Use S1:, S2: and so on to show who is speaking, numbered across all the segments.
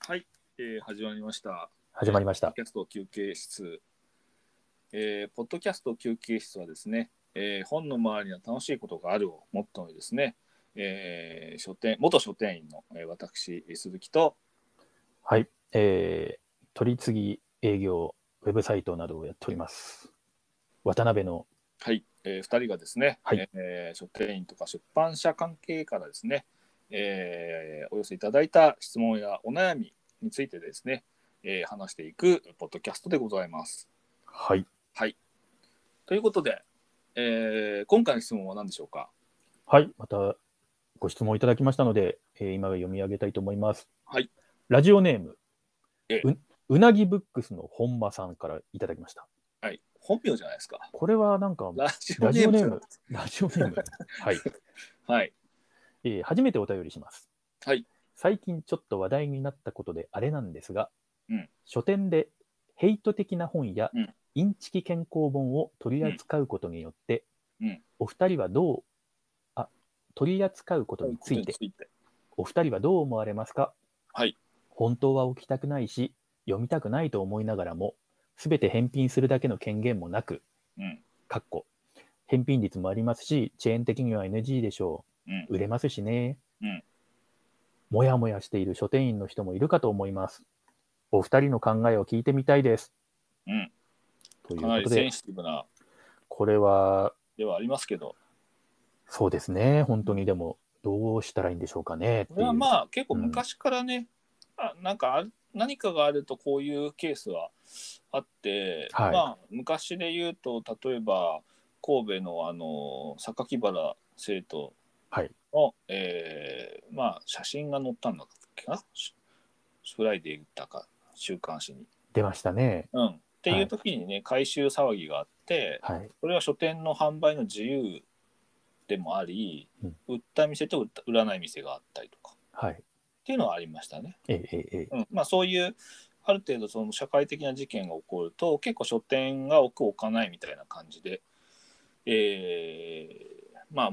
S1: はい、えー始まりました。
S2: 始まりまし
S1: ポッド
S2: た。
S1: キャスト休憩室。えーポッドキャスト休憩室はですね、えー本の周りには楽しいことがあるをモットーにですね、えー書店元書店員の、えー私、鈴木と、
S2: はい。えー、取り次ぎ営業、ウェブサイトなどをやっております。渡辺の、
S1: はいえ2人がですね、
S2: はい
S1: えー書店員とか出版社関係からですね、えーお寄せいただいた質問やお悩みについてですね、えー話していくポッドキャストでございます。
S2: はい。
S1: ということで、えー今回の質問は何でしょうか
S2: はい。またご質問いただきましたので、えー今読み上げたいと思います。
S1: はい。
S2: ラジオネーム、
S1: ええ
S2: ううなぎブックスの本間さんからいただきました。
S1: はい、本名じゃないですか。
S2: これはなんか、
S1: ラジオ
S2: ラ
S1: ネ
S2: ジ
S1: ー
S2: オ
S1: ム
S2: ネーム。ラジオネーム。はい。
S1: はい。
S2: えー初めてお便りします。
S1: はい。
S2: 最近ちょっと話題になったことであれなんですが、
S1: うん
S2: 書店でヘイト的な本や、
S1: うん
S2: インチキ健康本を取り扱うことによって、
S1: うんうん
S2: お二人はどうあ取り扱うことについてお二人はどう思われますか
S1: はい。
S2: 本当は置きたくないし読みたくないと思いながらも全て返品するだけの権限もなく
S1: うん。
S2: かっこ返品率もありますしチェーン的には NG でしょう
S1: うん。
S2: 売れますしね。
S1: うん
S2: もやもやしている書店員の人もいるかと思います。お二人の考えを聞いてみたいです。
S1: うん。
S2: という
S1: か
S2: こ
S1: なり
S2: と
S1: セ
S2: で
S1: ン、シティブな
S2: これは、
S1: ではありますけど、
S2: そうですね。本当にでも、どうしたらいいんでしょうかね。
S1: これは
S2: あ、
S1: まあ結構昔からね、あなんかある何かがあるとこういうケースはあって、
S2: はい
S1: まあ昔で言うと、例えば神戸のあの榊原生徒
S2: はい。
S1: の、えーまあ写真が載ったんだっけな、しフライデー行ったか、週刊誌に。
S2: 出ましたね。
S1: うん。っていう時にね、回収騒ぎがあって、
S2: はい。
S1: これは書店の販売の自由でもあり、
S2: うん
S1: 売った店と売った売らない店があったりとか
S2: はい。
S1: っていうのはありましたね。
S2: ええ、ええ、ええ。
S1: うんまあ、そういうある程度その社会的な事件が起こると結構書店が置く置かないみたいな感じで、えーまあ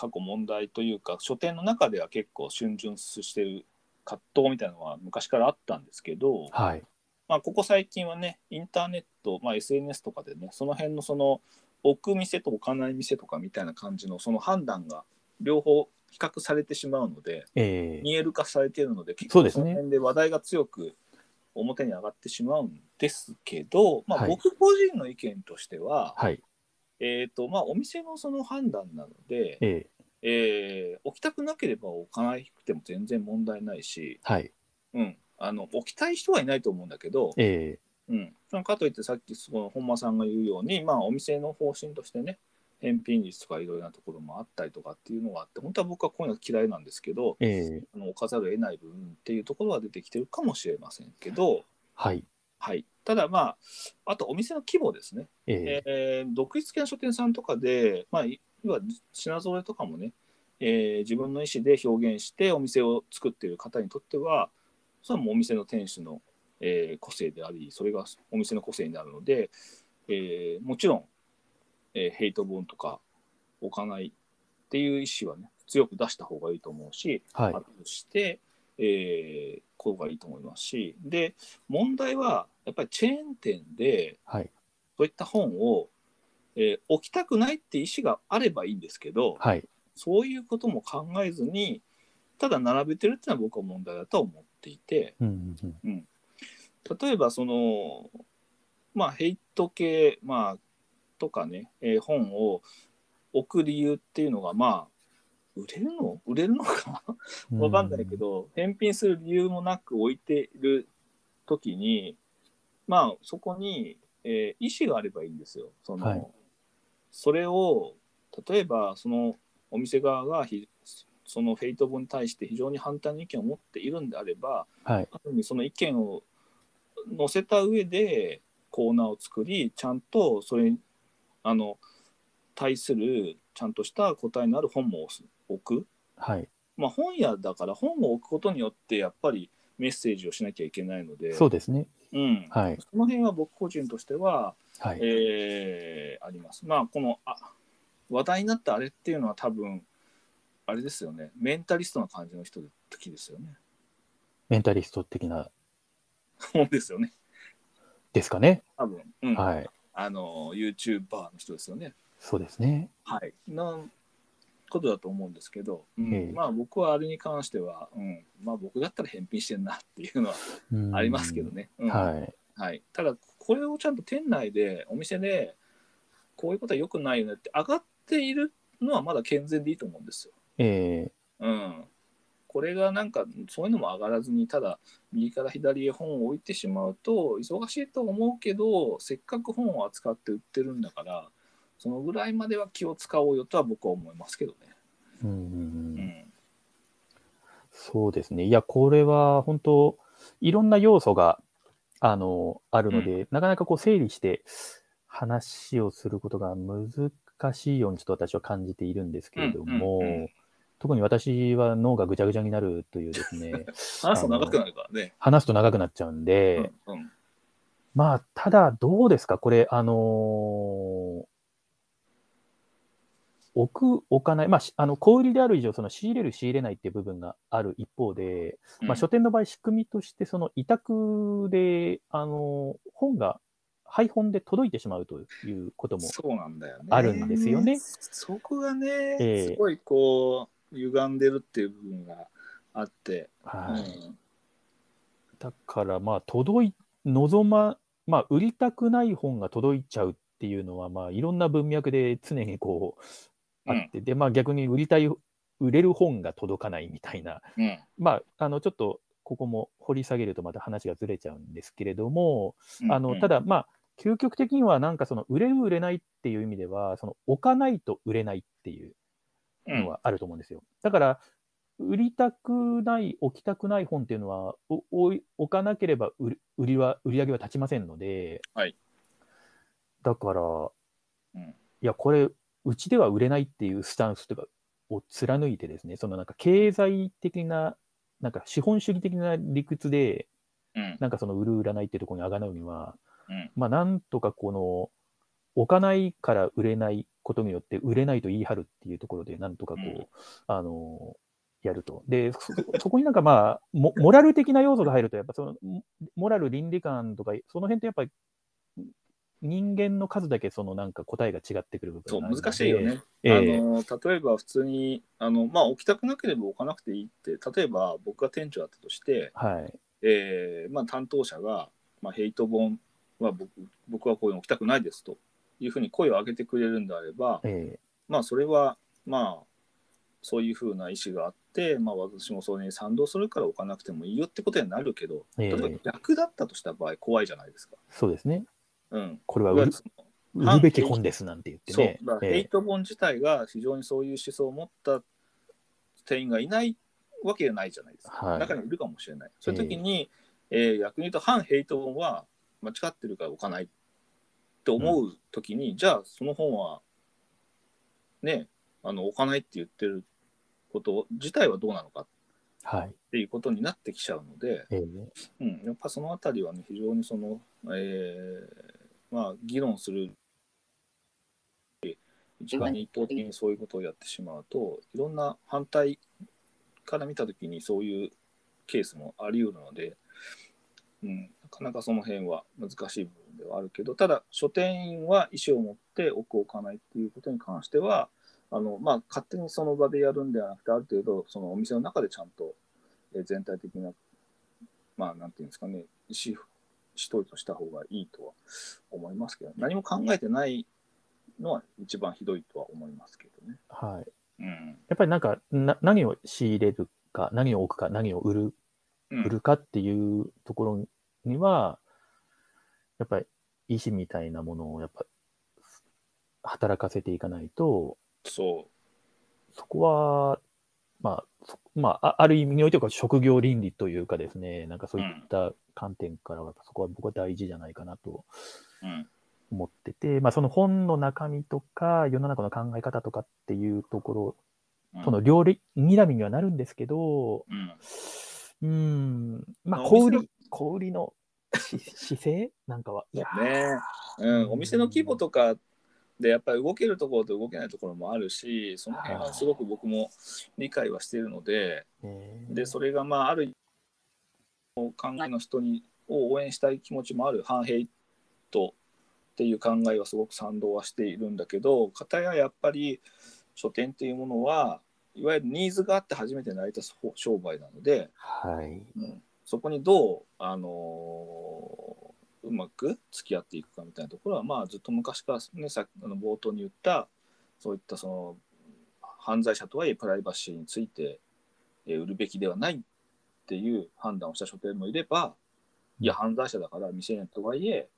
S1: 過去問題というか書店の中では結構逡巡してる葛藤みたいなのは昔からあったんですけど、
S2: はい。
S1: まあ、ここ最近はね、インターネット、まあ、SNS とかでね、その辺のその置く店と置かない店とかみたいな感じのその判断が両方比較されてしまうので、
S2: ええ、
S1: 見える化されているので、結
S2: そう
S1: 構
S2: です
S1: そ
S2: ね
S1: の辺で話題が強く表に上がってしまうんですけど、まあ、
S2: はい
S1: 僕個人の意見としては、
S2: はい。
S1: えーとまあ、お店のその判断なので、
S2: ええ、
S1: えー置きたくなければ置かなくても全然問題ないし、
S2: はい。
S1: うん、あの置きたい人はいないと思うんだけど、
S2: ええ、うん。
S1: うん、かといってさっきその本間さんが言うように、まあ、お店の方針としてね返品率とかいろいろなところもあったりとかっていうのがあって本当は僕はこういうの嫌いなんですけど
S2: ええ、
S1: あの置かざるを得ない部分っていうところは出てきてるかもしれませんけど、
S2: はい。
S1: はい、ただまああとお店の規模ですね、
S2: ええ、
S1: えー独立系の書店さんとかで、まあ、い要は品揃えとかもね、えー自分の意思で表現してお店を作っている方にとってはそれはもうお店の店主の、えー個性でありそれがお店の個性になるので、えーもちろん、えーヘイト本とか置かないっていう意思はね強く出した方がいいと思うし、
S2: はい
S1: あ。るとして、えー、こうがいいと思いますしで問題はやっぱりチェーン店で
S2: はい。
S1: そういった本を、えー置きたくないって意思があればいいんですけど、
S2: はい。
S1: そういうことも考えずに、ただ並べてるっていうのは僕は問題だと思っていて、
S2: うんうんうん。
S1: 例えばその、まあ、ヘイト系、まあ、とかね、えー本を置く理由っていうのが、まあ、売れるの売れるのかな
S2: う
S1: わかんないけ。ど、返品する理由もなく置いている時に、まあ、そこに、えー意思があればいいんですよ。その、
S2: はい
S1: それを、例えば、そのお店側がひ、そのフェイト本に対して非常に反対の意見を持っているんであれば、
S2: はい。
S1: ある意味その意見を載せた上でコーナーを作りちゃんとそれにあの対するちゃんとした答えのある本も置す置く、
S2: はい。
S1: まあ、本屋だから本を置くことによってやっぱりメッセージをしなきゃいけないので
S2: そうですね。
S1: うん
S2: はい。
S1: その辺は僕個人としては、
S2: はい。
S1: えーあります。まあこのあ話題になったあれっていうのは多分あれですよねメンタリストな感じの人の時ですよね。
S2: メンタリスト的な、
S1: そうですよね。
S2: ですかね。
S1: 多分、うん
S2: はい。
S1: あの YouTuber の人ですよね。
S2: そうですね。
S1: はい、なことだと思うんですけど、うん
S2: ええ
S1: まあ僕はあれに関しては、うんまあ、僕だったら返品してんなっていうのは
S2: うん
S1: ありますけど。ね、うん
S2: はい。
S1: はい、ただこれをちゃんと店内でお店でこういうことは良くないよねって上がっているのはまだ健全でいいと思うんですよ。
S2: え
S1: うん、これがなんかそういうのも上がらずにただ右から左へ本を置いてしまうと忙しいと思うけどせっかく本を扱って売ってるんだからそのぐらいまでは気を使おうよとは僕は思いますけどね。
S2: ーうんうん
S1: う
S2: うん
S1: ん、
S2: そうですね。いや、これは本当、いろんな要素があのあるので、なかなかこう整理して話をすることが難しいようにちょっと私は感じているんですけれども、
S1: うんうんうん
S2: 特に私は脳がぐちゃぐちゃになるというですね、
S1: 話すと長くなるからね。
S2: 話すと長くなっちゃうんで、
S1: うんうん
S2: まあ、ただ、どうですか、これ、あのー置く、置かない、まあ、しあの小売りである以上、その仕入れる、仕入れないっていう部分がある一方で、
S1: うん
S2: まあ、書店の場合、仕組みとして、その委託で、あのー本が配本で届いてしまうということも、
S1: そうなんだよね。
S2: あるんですよね
S1: そこがね、
S2: ええ
S1: すごいこう歪んでるっていう部分があって、
S2: はい
S1: うん
S2: だから、まあ、届い、望ま、まあ、売りたくない本が届いちゃうっていうのは、まあ、いろんな文脈で常にこう、あって、で、まあ、逆に売りたい、売れる本が届かないみたいな、
S1: うん
S2: まあ、あの、ちょっと、ここも掘り下げるとまた話がずれちゃうんですけれども、
S1: うん、
S2: あの、ただ、まあ、究極的には、なんかその、売れる、売れないっていう意味では、その、置かないと売れないっていう
S1: うん、
S2: のはあると思うんですよ。だから、売りたくない、置きたくない本っていうのは、おおい置かなければ売り売りは売り上げは立ちませんので、
S1: はい
S2: だから、
S1: ん
S2: いや、これ、うちでは売れないっていうスタンスとかを貫いてですね、そのなんか経済的な、なんか資本主義的な理屈で、
S1: うん
S2: なんかその売る売らないっていうところにあがなうには、
S1: うん
S2: まあなんとかこの、置かないから売れないことによって売れないと言い張るっていうところで、なんとかこう、
S1: うん
S2: あのやると。で、そそこになんかまあ、モモラル的な要素が入ると、やっぱその、モモラル倫理観とか、その辺とやっぱり、人間の数だけそのなんか答えが違ってくる部
S1: そう
S2: 分があるので
S1: 難しいよね。
S2: ええ
S1: あの例えば普通にあの、まあ、置きたくなければ置かなくていいって例えば僕が店長だったとして、
S2: はい。
S1: えーまあ、担当者が、まあ、ヘイト本は僕僕はこういうの置きたくないですというふうに声を上げてくれるんであれば、
S2: え
S1: まあ、それはまあそういうふうな意思があって、まあ、私もそれに賛同するから置かなくてもいいよってことになるけど
S2: ええ
S1: 例えば逆だったとした場合怖いじゃないですか。
S2: そうですね。
S1: うん、
S2: これはい
S1: わゆ
S2: 売
S1: る
S2: る
S1: その
S2: 売るべき本ですなんて言ってね
S1: そう、だ。からヘイ
S2: え
S1: ト本自体が非常にそういう思想を持った店員がいないわけじゃないじゃないですか。
S2: はい
S1: 中にいるかもしれない。そういう時に、えー逆に言うと反ヘイト本は間違ってるから置かないって思う時に、じゃあその本はねあの置かないって言ってること自体はどうなのかっ
S2: はい。
S1: ていうことになってきちゃうので、
S2: え
S1: う
S2: え
S1: ん、やっぱそのあたりはね非常にその、えーまあ議論する一番に一方的にそういうことをやってしまうといろんな反対から見たときにそういうケースもあり得るので、うん、なかなかその辺は難しい部分ではあるけどただ書店員は意思を持って置く置かないっていうことに関してはあの、まあ、勝手にその場でやるんではなくてある程度そのお店の中でちゃんとえー全体的なまあ、なんていうんですかね、意思統一した方がいいとは思いますけど、何も考えてないのは一番ひどいとは思いますけどね。
S2: は
S1: う
S2: い。
S1: ん。
S2: やっぱりなんかな何を仕入れるか、何を置くか、何を売る
S1: うん
S2: 売るかっていうところには、やっぱり意志みたいなものをやっぱ働かせていかないと、
S1: そ
S2: そこは、まあ、そまあ、あある意味においては職業倫理というかですね、なんかそういった観点からは、そこは僕は大事じゃないかなと
S1: う。うん。
S2: 思ってて、まあ、その本の中身とか、世の中の考え方とかっていうところ
S1: うん
S2: との両立、睨みにはなるんですけど、
S1: うん。
S2: うーん、まあ、
S1: お
S2: 小売
S1: 店の
S2: り、小売りの し姿勢なんかは、いやー
S1: ねうん、お店の規模とかでやっぱり動けるところと動けないところもあるし、その辺はすごく僕も理解はしているので、
S2: ね
S1: で、それがまあ、ある考えの人にを応援したい気持ちもある反ヘイトっていう考えはすごく賛同はしているんだけど片ややっぱり書店っていうものはいわゆるニーズがあって初めて成り立つ商売なので
S2: はい。
S1: そこにどう、あのーうまく付き合っていくかみたいなところは、まあ、ずっと昔から、ね、さあの冒頭に言ったそういったその犯罪者とはいえプライバシーについて、えー売るべきではないっていう判断をした書店もいればいや犯罪者だから未成年とはいえ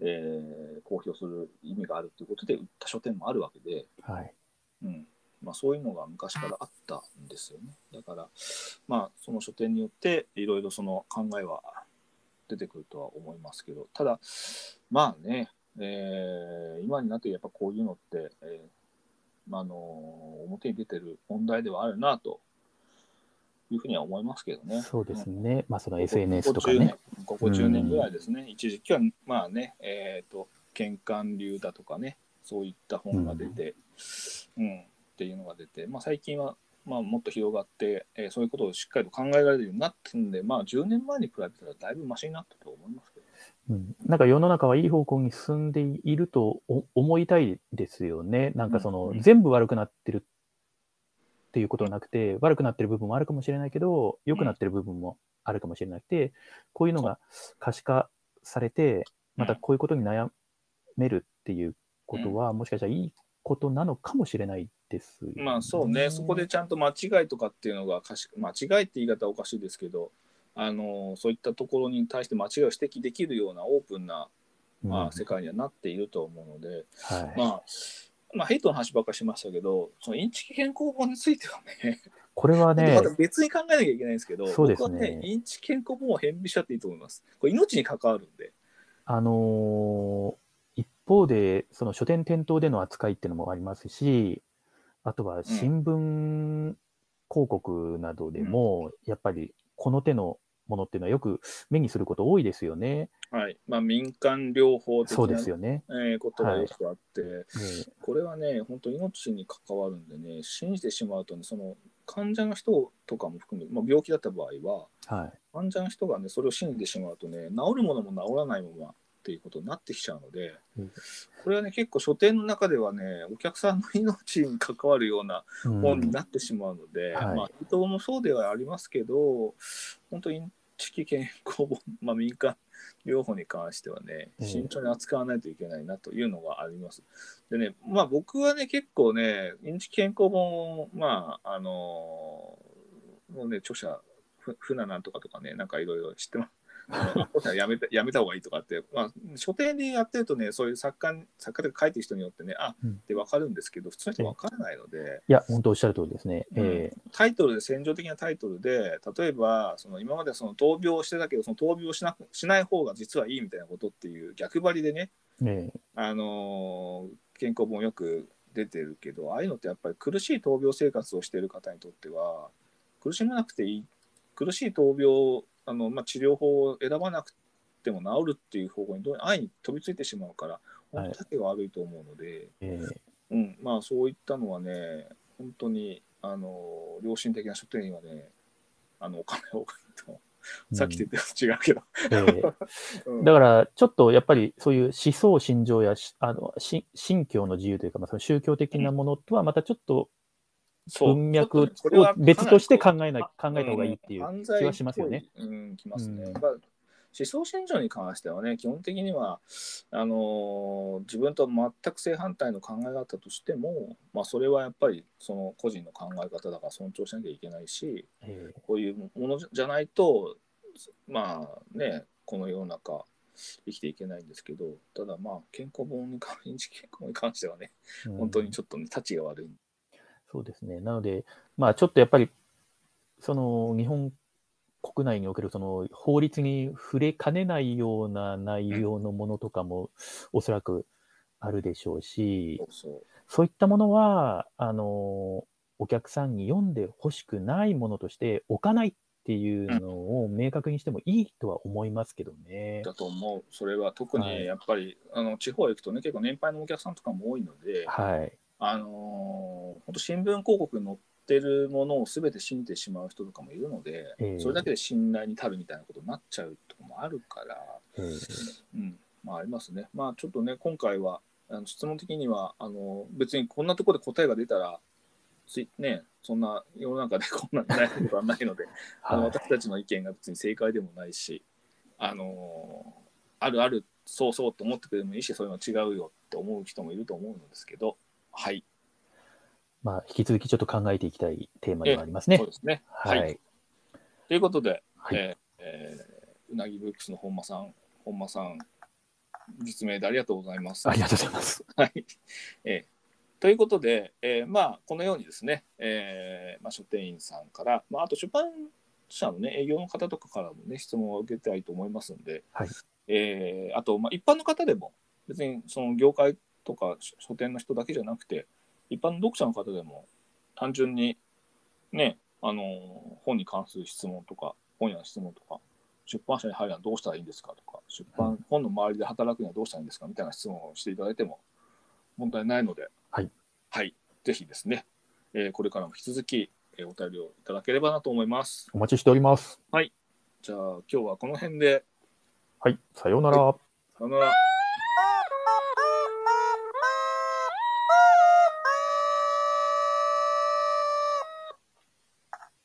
S1: えー公表する意味があるということで売った書店もあるわけで。
S2: はい。
S1: うんまあ、そういうのが昔からあったんですよね。だから、まあ、その書店によっていろいろその考えは出てくるとは思いますけど、ただ、まあね、えー今になってやっぱこういうのって、えーまあ、あの表に出てる問題ではあるなというふうには思いますけどね。
S2: そうです
S1: ね。
S2: ね。まあ、その
S1: ここ
S2: SNS とかね。。
S1: ここ10年ここ10年ぐらいですね、一時期は、まあね、えっ、と、玄関流だとかね、そういった本が出て、うん、っていうのが出て、まあ、最近は、まあ、もっと広がって、えーそういうことをしっかりと考えられるようになってんで、まあ、10年前に比べたらだいぶマシになったと思いますけど、
S2: うん、なんか世の中はいい方向に進んでいるとお思いたいですよね。なんかその、
S1: うん
S2: 全部悪くなってるっていうことはなくて、悪くなってる部分もあるかもしれないけど、良くなってる部分もあるかもしれなくて、こういうのが可視化されて、またこういうことに悩めるっていうことは、もしかしたらいいことなのかもしれないですよ、
S1: まあそうね、そこでちゃんと間違いとかっていうのが可視、間違いって言い方はおかしいですけど、あのそういったところに対して間違いを指摘できるようなオープンな、
S2: うん、
S1: まあ、世界にはなっていると思うので、
S2: はい
S1: まあ、まあ、ヘイトの話ばっかりしましたけど、そのインチキ健康法についてはね、
S2: これはね
S1: また、別に考えなきゃいけないんですけど、
S2: そうですね
S1: 僕はね、インチキ健康法を返備しちゃっていいと思います。これ、命に関わるんで。
S2: あのー一方で、その書店店頭での扱いっていうのもありますし、あとは新聞広告などでも、やっぱりこの手のものっていうのはよく目にすること多いですよね。
S1: はい。まあ、民間療法的
S2: そうです
S1: な、
S2: よね。
S1: えーことがよくあって、
S2: ね
S1: これはね、本当命に関わるんでね、信じてしまうとね、その患者の人とかも含め、まあ、病気だった場合は、
S2: は
S1: 患者の人がね、それを信じてしまうとね、治るものも治らないままっていうことになってきちゃうので、
S2: うん。
S1: これはね、結構書店の中ではね、お客さんの命に関わるようない
S2: うん
S1: 本になってしまうので、
S2: はい
S1: まあ、人もそうではありますけど、本当に地域健康 本、まあ、民間療法に関してはね、
S2: うん
S1: 慎重に扱わないといけないなというのがあります。でね、まあ、僕はね、結構ね、インチキ健康本を、まあ、あのーもうね、著者、ふふななんとかとかね、なんかいろいろ知ってます。あの著者やめたやめた方がいいとかって、まあ、書店でやってるとね、そういう作家に作家で書いてる人によってね、あ
S2: うん
S1: って分かるんですけど、普通の人分からないので、
S2: いや、本当おっしゃる通りですね。
S1: うん
S2: え
S1: タイトルで戦場的なタイトルで例えばその今までその闘病をしてたけどその闘病をしなくしない方が実はいいみたいなことっていう逆張りでね、
S2: ーえ
S1: あのー健康本よく出てるけどああいうのってやっぱり苦しい闘病生活をしている方にとっては苦しまなくていい苦しい闘病あの、まあ、治療法を選ばなくても治るっていう方向にどう安易に飛びついてしまうから
S2: はい
S1: 本当に悪いと思うので。
S2: ーえー
S1: うん、まあそういったのはね、本当にあの良心的な書店員はね、あのお金をかけと、さっきと言ったやつ違う
S2: えー
S1: けど、うん
S2: だから、ちょっとやっぱりそういう思想、心情やしあのし信教の自由というか、まあ、その宗教的なものとはまたちょっと
S1: そう
S2: 文脈を
S1: ちょっとねこれは
S2: 別として考えな
S1: か
S2: 考
S1: な
S2: え
S1: り
S2: た方がいいっていう。
S1: うん
S2: 気はしますよね。
S1: 犯罪っぽいうん、きますね。
S2: うん
S1: まあ思想信条に関してはね、基本的にはあの自分と全く正反対の考え方としても、まあ、それはやっぱりその個人の考え方だから尊重しなきゃいけないし、
S2: ええ
S1: こういうものじゃないとまあねこの世の中生きていけないんですけどただまあ健康本に関認知健康本に関してはね、
S2: うん
S1: 本当にちょっとね立ちが悪い
S2: そうですね。なので、まあちょっとやっぱり、その日本国内におけるその法律に触れかねないような内容のものとかもおそらくあるでしょうし
S1: そ、うそう
S2: そういったものは、あの、お客さんに読んでほしくないものとして置かないっていうのを明確にしてもいいとは思いますけどね。
S1: だと思うそれは特
S2: はい
S1: にやっぱり、あの地方へ行くとね結構年配のお客さんとかも多いので、
S2: はい。
S1: あのー、本当新聞広告に載っってるものを全て信じてしまう人とかもいるので、
S2: ええ
S1: それだけで信頼に足るみたいなことになっちゃうとこもあるから、
S2: ええ
S1: うん、まあありますね。まあちょっとね、今回は、あの質問的には、あの別にこんなところで答えが出たら、ついね、そんな世の中で こんなに悩むことはないので、あの
S2: はい
S1: 私たちの意見が別に正解でもないし、あのあるある、そうそうと思ってくれてもいいし、そういうのは違うよって思う人もいると思うんですけど、はい、
S2: まあ、引き続きちょっと考えていきたいテーマではありますね
S1: そう。ですね。
S2: はい。
S1: はいということで、
S2: はい
S1: えーえーうなぎブックスの本間さん、本間さん、実名でありがとうございます。
S2: ありがとうございます。
S1: はい。えーということで、えーまあ、このようにですね、えーまあ、書店員さんから、まあ、あと出版社の、ね、営業の方とかからも、ね、質問を受けたいと思いますので、
S2: はい
S1: えーあと、まあ、一般の方でも、別にその業界とか書書店の人だけじゃなくて、一般の読者の方でも、単純に、ね、あのー本に関する質問とか、本屋の質問とか、出版社に入るのはどうしたらいいんですかとか、出版、
S2: うん
S1: 本の周りで働くにはどうしたらいいんですかみたいな質問をしていただいても問題ないので、
S2: はい、
S1: はい、ぜひですね、えーこれからも引き続き、えーお便りをいただければなと思います。
S2: お待ちしております。
S1: じゃあ、今日はこの辺で、
S2: はい。さようなら。
S1: さよなら。